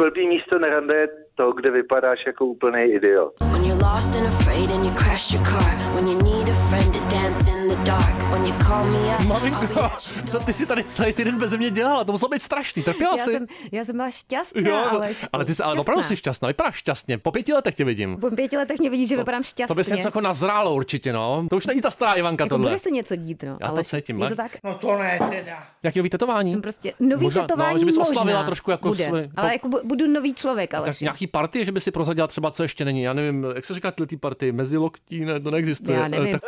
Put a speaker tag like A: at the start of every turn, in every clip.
A: blbý místo na rande je to, kde vypadáš jako úplný idiot.
B: When you're lost and afraid and you crashed your car. When you need a friend to dance in the dark. When you call me up. I'll be
C: Maminko,
B: at your
C: co ty si tady celý týden beze mě dělala? To muselo být strašný, trpěla
D: Já
C: jsi.
D: jsem, já jsem byla šťastná,
C: Jo, no,
D: ale,
C: ale ty jsi, ale opravdu jsi šťastná, vypadáš šťastně. Po pěti letech tě vidím.
D: Po pěti letech mě vidíš, že vypadám šťastně.
C: To bys něco jako nazrálo určitě, no. To už není ta stará Ivanka
D: Vlastně. jako
C: tohle.
D: bude se něco dít, no.
C: Já to
D: ale
C: cítím,
D: je
C: ne?
D: to tak,
E: No to ne teda.
C: Jaký nový tetování?
D: jsem prostě nový
C: Možná- no,
D: tetování
C: že bys
D: možná
C: oslavila trošku jako
D: bude,
C: svůj-
D: ale
C: to-
D: jako bu- budu nový člověk, ale
C: Tak nějaký party, že by si prozadila třeba, co ještě není. Já nevím, jak se říká tyhle ty party, mezi loktí, ne, to neexistuje. Eh,
D: já nevím,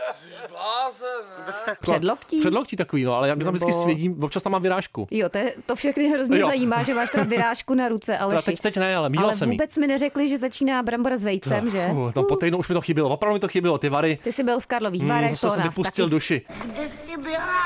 C: Tak,
D: předloktí?
C: Předloktí takový, no, ale já tam
D: Nebo-
C: vždycky svědím, občas tam mám vyrážku.
D: Jo, to, je, to všechny hrozně
C: Jo.
D: zajímá, že máš teda vyrážku na ruce, ale
C: Teda teď, teď ne, ale mýval
D: ale
C: jsem jí.
D: vůbec mi neřekli, že začíná brambora s vejcem,
C: Ach,
D: že?
C: fuh, no, po týdnu už mi to chybělo, opravdu mi to chybělo, ty vary.
D: Ty jsi byl v Karlových
C: Mm,
D: Varech,
C: zase
D: to
C: jsem
D: nás
C: vypustil
D: taky.
C: duši.
F: Kde jsi byla,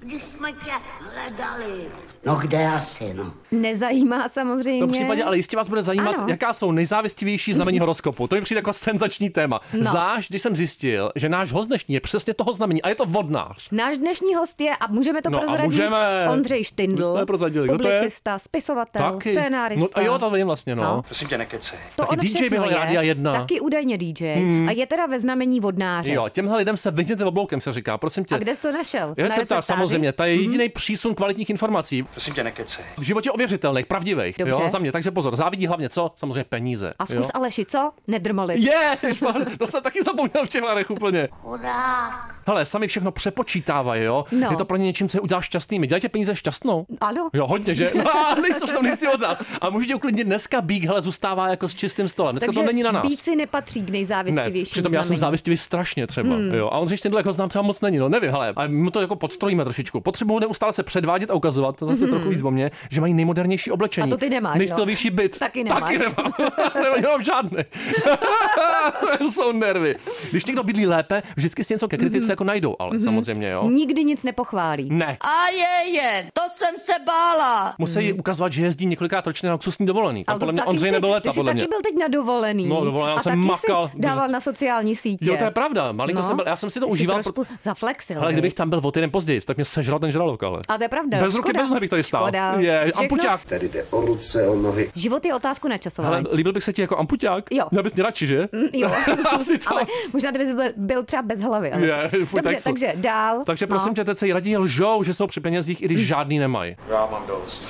F: když jsme tě hledali? No kde asi, no?
D: Nezajímá samozřejmě.
C: No, V tom případě, ale jistě vás bude zajímat,
D: Ano.
C: jaká jsou nejzávěstivější znamení horoskopu. To mi přijde jako senzační téma.
D: No.
C: Zvlášť, když jsem zjistil, že náš host dnešní je přesně toho znamení a je to vodnář.
D: Náš dnešní host je, a můžeme to
C: No a
D: prozradit,
C: můžeme.
D: Ondřej
C: My
D: Štindl,
C: jsme prozradili, kdo to je?
D: publicista, spisovatel,
C: Taky. No,
D: scénárista.
C: a jo, to vím vlastně, no.
D: No.
G: Prosím tě, nekecej.
D: to
C: taky
D: on
C: DJ
D: všechno
C: byl
D: je,
C: Rádia jedna. Hmm.
D: Taky údajně DJ. A je teda ve znamení vodnáře.
C: Jo, těmhle lidem se vyhněte obloukem, se říká, prosím tě.
D: A kde jsi to našel? Na
C: Receptář,
D: receptáři?
C: samozřejmě, ta je jediný přísun kvalitních informací.
G: Prosím tě, nekecej.
C: V životě ověřitelných, pravdivých.
D: Dobře.
C: Jo, za mě, takže pozor, závidí hlavně co? Samozřejmě peníze.
D: A
C: jo.
D: zkus Aleši, co? Nedrmolit.
C: Je, ježmar, to jsem taky zapomněl v těch varech úplně.
F: Chudák.
C: Hele, sami všechno přepočítávají, jo?
D: No.
C: Je to pro ně něčím, co je udělá šťastnými. Dělajte peníze šťastnou.
D: Ano.
C: Jo, hodně, že? No, nejsem tam nejsi oddat. A můžete uklidnit, dneska bík, hele, zůstává jako s čistým stolem. Dneska
D: Takže
C: to není na nás.
D: Bíci nepatří k
C: Ne,
D: nejzávistivějším
C: přitom já jsem
D: znamení.
C: závistivý strašně třeba. Hmm. Jo. A on ten jako znám třeba moc není, no nevím, hele, ale my to jako podstrojíme trošičku. Potřebuju neustále se předvádět a ukazovat, to zase trochu víc o mě, že mají nejmodernější oblečení.
D: A to ty nemáš,
C: Nejstylovější
D: jo.
C: byt.
D: Taky nemáš.
C: Taky nemám. nemám, nemám žádné. To jsou nervy. Když někdo bydlí lépe, vždycky si něco ke
D: Mhm.
C: kritice jako najdou, ale samozřejmě, jo. Hmm,
D: Nikdy nic nepochválí.
C: Ne.
H: A je, je, to jsem se bála.
C: Musí ukazovat, že jezdí několikrát ročně na luxusní dovolený. Tam
D: Mhm. Ale to
C: podle mě
D: taky
C: Ondřej
D: ty,
C: nebyl leta,
D: ty jsi
C: podle mě.
D: taky byl teď na dovolený.
C: No, dovolená, já
D: a
C: jsem
D: taky
C: makal.
D: Jsi dával na sociální sítě.
C: Jo, to je pravda, malinko
D: No,
C: jsem byl, já jsem si to
D: ty jsi
C: užíval,
D: trošku zaflexil.
C: Ale
D: viď?
C: kdybych tam byl o týden později, tak mě sežral ten žralok, ale.
D: A to je pravda.
C: Bez ruky,
D: škoda,
C: bez nohy bych tady stál.
D: Škoda.
C: Je,
D: Všechno-
C: ampuťák.
I: Tady jde o ruce, o nohy.
D: Život je otázku na
C: Ale
D: časování.
C: líbil bych se ti jako ampuťák?
D: Jo. Mm,
C: Měl bys mě radši, že?
D: Jo.
C: Asi to.
D: Ale možná, kdyby jsi byl, byl třeba bez hlavy. Ale...
C: Je, fuj,
D: Dobře,
C: tak jsou.
D: takže dál.
C: Takže prosím
D: no. Mm.
C: tě, teď se raději lžou, že jsou při penězích, i když žádný nemají.
I: Já mám dost.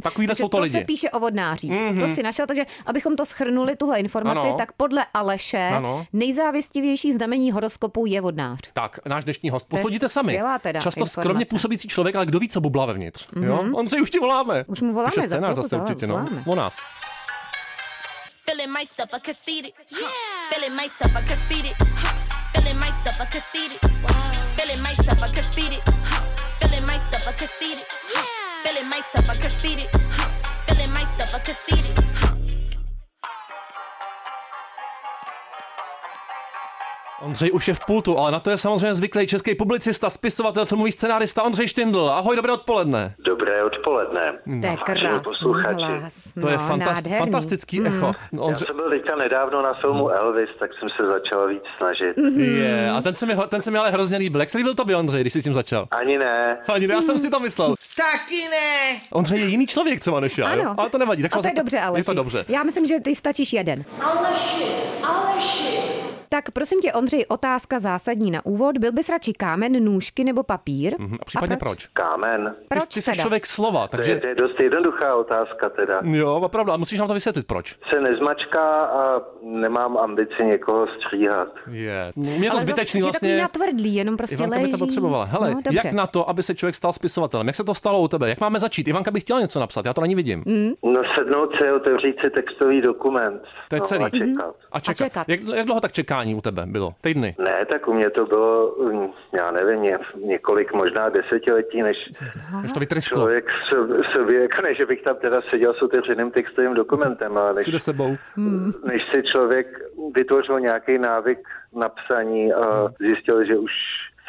C: Takovýhle
D: Mhm. Takže
C: jsou to, lidi. Mhm.
D: se píše o vodnářích. To si našel, takže abychom to schrnuli, tuhle informaci,
C: Ano.
D: tak podle Aleše
C: Ano.
D: nejzávistivější znamení horoskopu je vodnář.
C: Tak, náš dnešní host.
D: je
C: Posoudíte sami.
D: skvělá teda
C: Často
D: informace. Mhm.
C: skromně působící člověk, ale kdo ví, co bubla vevnitř. Jo? Ondřej, už ti voláme.
D: Už mu voláme,
C: Píše
D: za
C: scénář
D: chvilku
C: zase
D: zavoláme,
C: určitě, no.
D: voláme.
C: O nás.
H: Feeling myself, I conceited. Yeah. Feeling myself, I conceited. Huh. Feeling myself, I conceited. Wow. Feeling myself, I conceited. Huh. Feeling myself, I conceited. Huh. Feeling myself, I conceited. Huh. Feeling myself, I conceited. Huh.
C: Ondřej už je v pultu, ale na to je samozřejmě zvyklý český publicista, spisovatel, filmový scenárista Ondřej Štindl. Ahoj, dobré odpoledne.
A: Dobré odpoledne.
D: To je
A: No. Vážení
D: krásný
A: posluchači,
D: hlas.
C: To je
D: no,
C: fantast-
D: nádherný. Mhm.
C: fantastický echo.
A: Já
C: No, Ondřej,
A: jsem byl teďka nedávno na filmu Elvis, tak jsem se začal víc snažit.
D: Mhm.
C: je, a ten se, mi, ho- ten se mi ale hrozně líbil. Jak se líbil tobě, Ondřej, když jsi s tím začal?
A: Ani ne.
C: Ani ne, já jsem si to myslel.
E: Taky ne.
C: Ondřej je jiný člověk třeba než já, jo?
D: Ano.
C: ale to nevadí. Tak se
D: a to je
C: vás-
D: dobře, Aleši.
C: Je to dobře.
D: Já myslím, že ty stačíš jeden.
H: Aleši, Aleši.
D: Tak prosím tě, Ondřej, otázka zásadní na úvod. Byl bys radši kámen, nůžky nebo papír?
C: Mhm, A případně proč?
A: Kámen.
C: Ty,
D: Proč
C: ty jsi
D: teda?
C: člověk slova,
A: To je,
C: takže...
A: to je dost jednoduchá otázka teda.
D: Mm.
C: Jo, opravdu, a musíš nám to vysvětlit, proč.
A: Se nezmačká a nemám ambici někoho stříhat.
C: Je. Mě to
D: Ale zase
C: zbytečný
D: je
C: vlastně.
D: takový natvrdlý, jenom prostě
C: Ivanka
D: leží.
C: by to potřebovala. Hele,
D: no, dobře.
C: jak na to, aby se člověk stal spisovatelem? Jak se to stalo u tebe? Jak máme začít? Ivanka by chtěla něco napsat, já to na ní vidím.
A: No sednout si, otevřít si textový dokument.
C: To je
A: no,
C: celý.
A: A
D: Mhm.
A: čekat.
C: A čekat.
D: A čekat.
C: Jak, jak dlouho tak čekání u tebe bylo? Týdny.
A: Ne, tak u mě to bylo, mm, já nevím, ně- několik, možná desetiletí, než
C: Už to vytrysklo.
A: člověk
C: No.
A: v sobě, jako ne, že bych tam teda seděl s otevřeným textovým dokumentem, ale než,
C: Všude sebou.
A: než
C: Hmm.
A: si člověk vytvořil nějaký návyk na psaní a zjistil, že už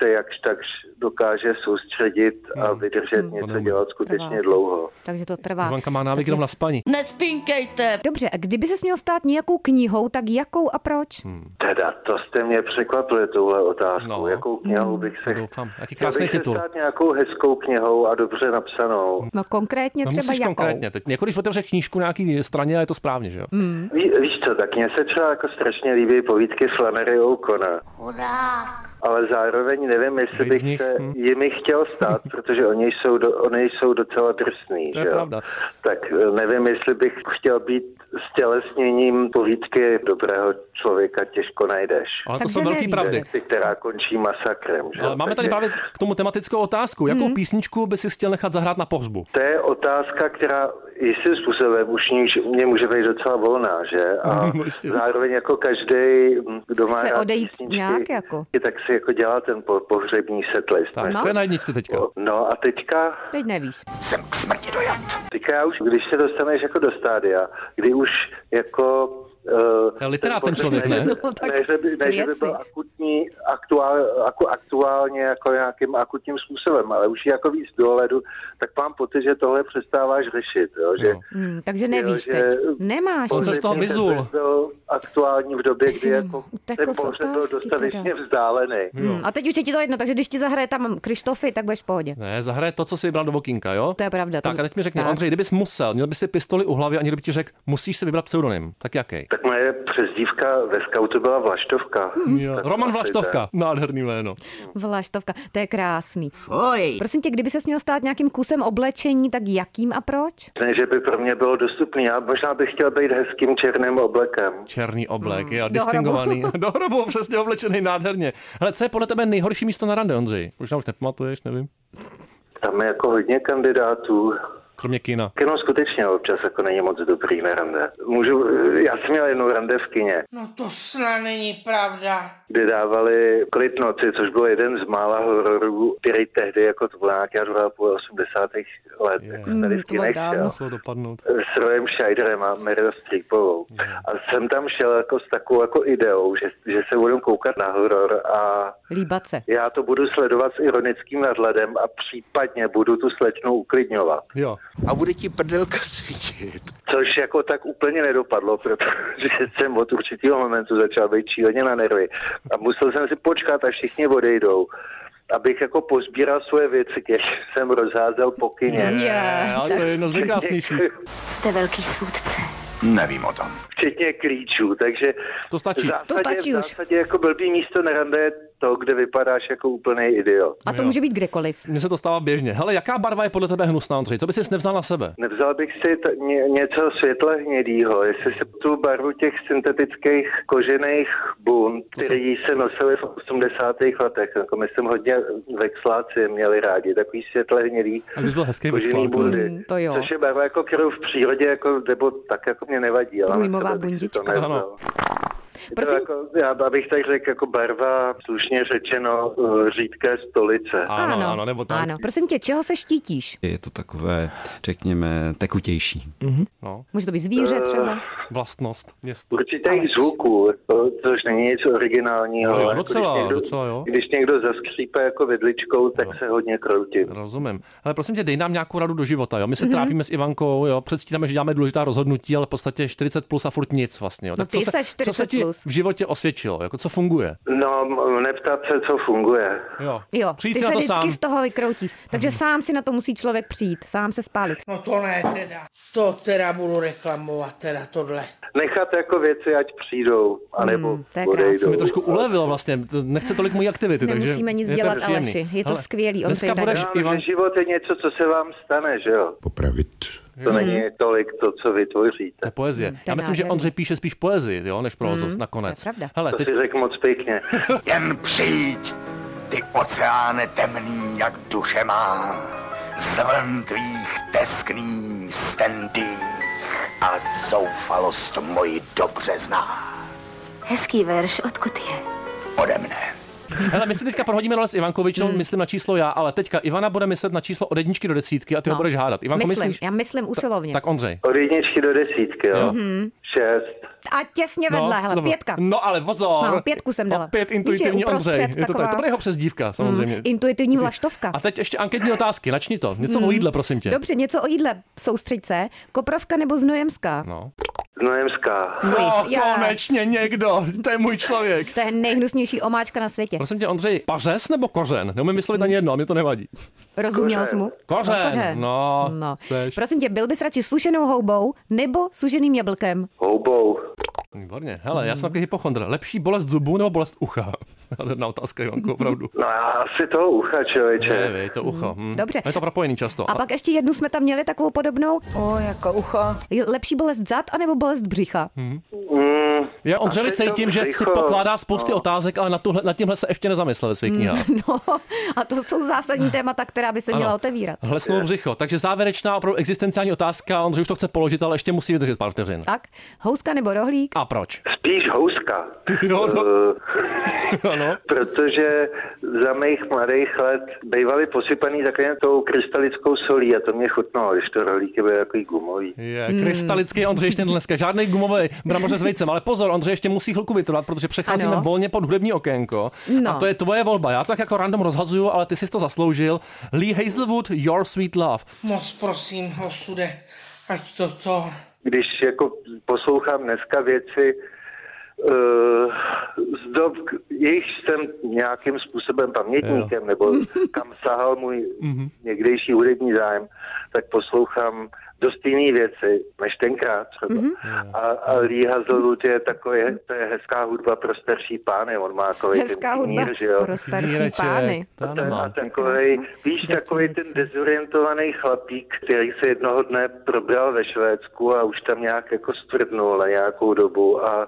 A: se jakž takž dokáže soustředit a vydržet něco
C: Hmm. neumím.
A: dělat skutečně
D: Trvá.
A: dlouho.
D: Takže to trvá.
C: Ivanka má návyk
D: Takže-
C: jenom na spaní. Ne.
D: Dobře, a kdyby se měl stát nějakou knihou, tak jakou a proč?
C: Hmm.
A: Teda, to jste mě překvapili, touhle otázku.
C: No.
A: No. Jakou knihou bych se...
C: Doufám. Jaký
A: Chtěl
C: krásný
A: bych se
C: titul.
A: stát nějakou hezkou knihou a dobře napsanou.
D: No konkrétně
C: No,
D: třeba
C: musíš
D: jakou.
C: konkrétně. Teď, jako když otevře knížku na nějaký straně, a je to správně, že jo?
D: Mm,
A: Ví, víš co, tak mně se třeba jako strašně líbí povídky Flannery O'Connora,
F: chudák,
A: ale zároveň nevím, jestli
C: Být v
A: bych
C: nich,
A: se
C: hm.
A: jimi chtěl stát, protože oni jsou, do, oni jsou docela drsný.
C: To je
A: že jo?
C: pravda.
A: Tak eh, nevím, jestli bych chtěl být stělesněním povídky dobrého člověka těžko najdeš.
C: Ale to
D: Takže
C: jsou velký
D: nevíš.
C: pravdy.
A: Ty, která končí masakrem. Že? jo?
C: Ale máme
A: Takže
C: tady právě k tomu tematickou otázku.
D: Mhm.
C: Jakou písničku by si chtěl nechat zahrát na pohřbu?
A: To je otázka, která jistým způsobem už níž- mě může být docela volná, že? A
C: No, jistě.
A: zároveň jako každý, kdo má
D: Chce
A: rád
D: odejít nějak jako.
A: tak si jako dělá ten po- pohřební setlist.
C: Tak,
A: ne?
C: co je na jedničce teďka?
A: No a teďka,
D: Teď nevíš.
I: Jsem k smrti dojat.
A: teďka já už, když se dostaneš jako do stádia, kdy už jako
C: To je literát ten člověk, ne?
D: No, tak
A: ne, že by, ne, že by
D: věci.
A: byl akutní, aktuál, jako aktuálně jako nějakým akutním způsobem, ale už je jako víc dohledu, tak mám pocit, že tohle přestáváš řešit, jo, že
C: No.
D: Hmm, takže nevíš
A: že-
D: teď. Nemáš.
C: On se
D: nic.
C: z toho
A: Ten
C: vyzul.
A: text Byl aktuální v době,
D: si
A: kdy jako
D: utekl
A: ten
D: z
A: pohřeb byl
D: otázky
A: dostatečně
D: teda.
A: vzdálený.
D: Hmm,
C: No.
D: a teď už je ti to jedno, takže když ti zahraje tam Krištofy, tak budeš v pohodě.
C: Ne, zahraje to, co si vybral do vokínka, jo?
D: To je pravda, to-
C: Tak a teď mi řekni,
D: tak.
C: Andrej, kdybys musel, měl by si pistoli u hlavy a někdo by ti řekl, musíš si vybrat pseudonym. Tak jaký?
A: Tak moje přezdívka ve skautu byla Vlaštovka.
C: Jo.
A: Tak
C: Roman
A: asi tak.
C: Vlaštovka. Nádherný jméno.
D: Vlaštovka, to je krásný.
F: fuj,
D: Prosím tě, kdyby se měl stát nějakým kusem oblečení, tak jakým a proč?
A: Ne, že by pro mě bylo dostupný. Já možná bych chtěl být hezkým černým oblekem.
C: Černý oblek, jo,
D: do
C: distingovaný. Do hrobu, přesně oblečený, nádherně. Hele, co je podle tebe nejhorší místo na rande, Ondřej? Možná už nepamatuješ, nevím.
A: Tam je jako hodně kandidátů.
C: Kromě kina.
A: Kino skutečně občas jako není moc dobrý na rande. Můžu, já jsem měl jednou rande v kině,
E: No to snad není pravda.
A: kde dávali klid noci, což byl jeden z mála hororů, který tehdy jako to byl nějaký dva a půl 80. let,
C: Je.
A: jako tady
D: Hmm,
A: v
D: to bylo
A: kinech
D: dávno.
A: šel.
C: Muselo dopadnout.
A: s Rojem Scheiderem a Meryl Streepovou. A jsem tam šel jako s takovou jako ideou, že, že se budu koukat na horor a
D: Líbat se.
A: já to budu sledovat s ironickým nadhledem a případně budu tu slečnu uklidňovat.
C: Jo.
I: A bude ti prdelka svítit.
A: Což jako tak úplně nedopadlo, protože jsem od určitého momentu začal být šíleně na nervy. A musel jsem si počkat, až všichni odejdou abych jako pozbíral svoje věci, které jsem rozházel po kyně.
C: Je, ale to je jedno z nejkrásnějších.
F: jste velký svůdce.
I: Nevím o tom.
A: včetně klíčů, takže...
C: To stačí.
A: V zásadě,
D: To stačí
A: v
D: už.
A: zásadě jako blbý místo na rande je to, kde vypadáš jako úplný idiot.
D: A to může být kdekoliv.
C: Mně se to stává běžně. Hele, jaká barva je podle tebe hnusná, Ondřej? Co bys jsi nevzal na sebe?
A: Nevzal bych si t- ně- něco světle hnědýho, jestli si tu barvu těch syntetických kožených bund, který se nosily v 80. letech, jako myslím hodně vexláci měli rádi, takový světle hnědý
C: A bys byl hezký
A: kožený
C: vexlák, no.
A: bundy.
D: Mm, to jo.
A: Což je barva, jako, kterou v přírodě jako, nebo tak jako mě nevadí. Ale na
D: Průjmová
A: sebe bych si to
D: bundička.
A: nevzal.
C: Ano.
D: Prosím?
A: To Jako, já abych tak řekl, jako barva, slušně řečeno, eh, řídké stolice.
C: Ano, ano, nebo tak.
D: ano. Prosím tě, čeho se štítíš?
G: Je to takové, řekněme, tekutější.
C: No,
D: Může to být zvíře třeba?
C: vlastnost města.
A: Určitých zvuků, to- což není nic originálního.
C: No jo,
A: ale
C: docela,
A: když někdo,
C: docela, jo.
A: Když někdo zaskřípe jako vidličkou, tak se hodně kroutím.
C: Rozumím. Ale prosím tě, dej nám nějakou radu do života. Jo? My se
D: Mhm.
C: mm-hmm. trápíme s Ivankou, jo? předstíráme, že děláme důležitá rozhodnutí, ale v podstatě 40 plus a furt nic vlastně. Jo?
D: No ty
C: co,
D: seš
C: co se
D: 40
C: ti
D: plus.
C: v životě osvědčilo? Jako co funguje?
A: No, m- neptat se, co funguje.
C: Jo,
D: Jo,
C: přijít
D: ty
C: si
D: se
C: na to
D: vždycky
C: sám.
D: z toho vykroutíš. Takže sám si na to musí člověk přijít, sám se spálit.
E: No to ne teda. To teda budu reklamovat, teda tohle.
A: Nechat jako věci, ať přijdou, anebo
D: Hmm, to je
A: odejdou.
D: krásný.
C: To mi trošku ulevilo vlastně, to nechce tolik mojí aktivity.
D: Nemusíme
C: takže
D: nic
C: je to
D: dělat,
C: příjemný.
D: Aleši, je to
C: Hele,
D: skvělý, on se
C: Dneska
D: jde
C: budeš,
D: dál.
A: Ivan...
C: Ivan,
A: No, Život je něco, co se vám stane, že jo?
I: Popravit.
A: To není tolik to, co vytvoříte.
C: Hmm. to je poezie.
D: mm, je
C: Já myslím, že
D: nádherný. Mm,
C: Ondřej píše spíš poezii, jo, než provozost nakonec.
D: to je pravda.
C: Hele,
A: To
C: teď
A: si řekl moc pěkně.
I: Jen přijď, ty oceáne temný, jak duše má. Zvln tvých teskný stendých a zoufalost moji dobře zná.
F: Hezký verš, odkud je?
I: Ode mne.
C: Hele, my si teďka prohodíme dole s Ivankovičnou,
D: Mm.
C: hmm. myslím na číslo já, ale teďka Ivana bude myslet na číslo od jedničky do desítky a ty no. ho budeš hádat. Ivanko,
D: myslím,
C: myslíš?
D: já myslím usilovně.
C: Tak Ondřej.
A: Od jedničky do desítky, jo?
C: Hmm.
A: Šest.
D: A těsně vedle, hele,
C: co to bylo?
D: pětka.
C: No ale pozor.
D: No, pětku jsem dala.
C: Opět
D: Víš, je
C: intuitivní
D: uprostřed
C: Ondřej. Je to, tak,
D: taková- Mm.
C: to bude jeho přezdívka, samozřejmě.
D: Intuitivní vlaštovka.
C: A teď ještě anketní otázky, načni to. Něco
D: Mm.
C: o jídle, prosím tě.
D: Dobře, něco o jídle. Soustřeď se. Koprovka nebo znojemská?
C: No.
A: Znojemská.
C: No,
D: já.
C: konečně někdo, to je můj člověk.
D: To je nejhnusnější omáčka na světě.
C: Prosím tě, Ondřej, pařes nebo kořen? Neumím vyslovit ani jedno, a mě to nevadí.
D: Rozuměl jsi mu?
C: Prostě Kořen,
D: No,
C: no,
D: no.
C: seš.
D: Prosím tě, byl bys radši sušenou houbou nebo sušeným jablkem?
A: Houbou.
C: Výborně. Hele, já jsem takový hypochondr. Lepší bolest zubů nebo bolest ucha? Na otázka, Ivanko, opravdu.
A: No já asi toho ucha,
C: Ne,
A: člověče.
C: vy, to ucho. Hm.
D: Dobře.
C: Je to propojený často.
D: A pak ještě jednu jsme tam měli takovou podobnou.
J: O, jako ucho.
D: Je Lepší bolest zad anebo bolest břicha?
A: Mm,
C: Já Ondřevi
A: A teď to
C: cítím, že si
A: břicho, No.
C: pokládá spousty otázek, ale na tuhle, nad tímhle se ještě nezamyslel ve svých knihách.
D: No, a to jsou zásadní témata, která by se měla otevírat.
C: Hlesnou břicho. Takže závěrečná opravdu existenciální otázka. Ondřej už to chce položit, ale ještě musí vydržet pár vteřin.
D: Tak, houska nebo rohlík?
C: A proč?
A: spíš houska.
C: Jo, no.
A: Eh,
C: Ano.
A: Protože za mých mladých let bývaly posypaný takovým tou krystalickou solí a to mě chutnalo, když to rohlíky byly takový gumový.
C: Je,
D: Hmm.
C: krystalický Ondřej ještě dneska. Žádný gumový bramboře s vejcem, ale pozor, Ondřej ještě musí chvilku vytrvat, protože přecházíme
D: Ano.
C: volně pod hudební okénko.
D: No.
C: A to je tvoje volba. Já to tak jako random rozhazuju, ale ty jsi to zasloužil. Lee Hazelwood, Your Sweet Love.
E: Moc prosím, osude, ať to to...
A: Když jako poslouchám dneska věci eh, z dob, k- jejich jsem nějakým způsobem pamětníkem, nebo
D: Mhm.
A: kam sahal můj někdejší hudební zájem, tak poslouchám dost jiný věci, než tenkrát třeba.
D: Mhm.
A: A, a Lee Hazelwood je takový, to je hezká hudba pro starší pány, on má takový ten
D: Hezká hudba
A: knír, že jo.
D: pro starší
C: Víreček,
D: pány.
C: to ano
A: Ten,
C: má.
A: a takovej, víš, takový ten dezorientovaný chlapík, který se jednoho dne probral ve Švédsku a už tam nějak jako stvrdnul na nějakou dobu a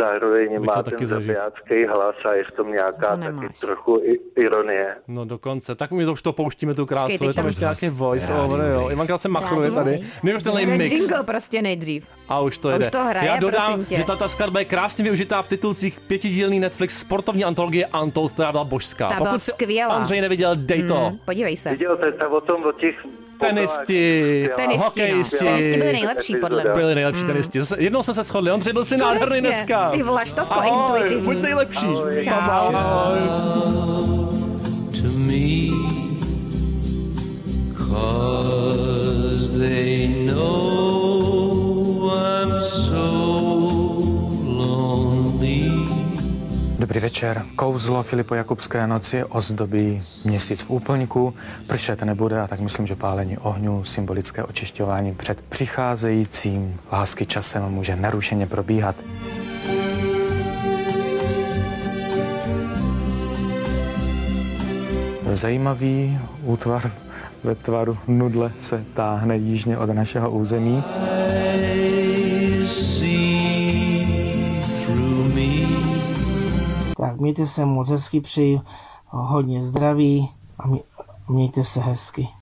A: zároveň
C: Bych
A: má
C: to taky
A: ten
C: zažil.
A: zabijácký hlas a je v tom nějaká
D: To
A: taky
D: nemáš.
A: trochu i- ironie.
C: No dokonce, tak mi to už to pouštíme tu krásu,
D: Počkej, teď
C: je tam
D: to-
C: ještě nějaký voice over, jo. Ivanka se machruje
J: Rádiový.
C: tady. Neuvěřitelný
D: Jeden
C: mix.
D: jingle prostě nejdřív.
C: A už to
D: A už
C: jede.
D: to hraje,
C: Já dodám,
D: prosím tě.
C: že tato skladba je krásně využitá v titulcích pětidílný Netflix sportovní antologie Untold, která byla božská.
D: Ta byla
C: Pokud si
D: skvělá. Hmm.
C: Andřej neviděl, dej to.
D: Podívej se.
A: Viděl jste ta o tom o těch
C: Tenisti.
A: popravách,
D: Tenisti, no.
C: hokejisti.
D: Tenisti byli nejlepší, podle mě.
C: Byli nejlepší mm. tenisti. Zase- Jednou jsme se shodli. Ondřej byl si nádherný
D: Konečně.
C: dneska.
D: No, Ty vlaštovko
C: Ahoj,
D: intuitivní.
C: buď nejlepší.
A: Ahoj.
D: Čau.
C: Ahoj. Ahoj.
B: to me cause they know I'm so lonely
K: Dobrý večer. Kouzlo Filipo Jakubské noci ozdobí měsíc v úplňku. Pršet nebude a tak myslím, že pálení ohňů, symbolické očišťování před přicházejícím lásky časem může narušeně probíhat. Zajímavý útvar ve tvaru nudle se táhne jižně od našeho území.
B: see through me
E: Tak mějte se moc hezky, přeji hodně zdraví a mě, mějte se hezky.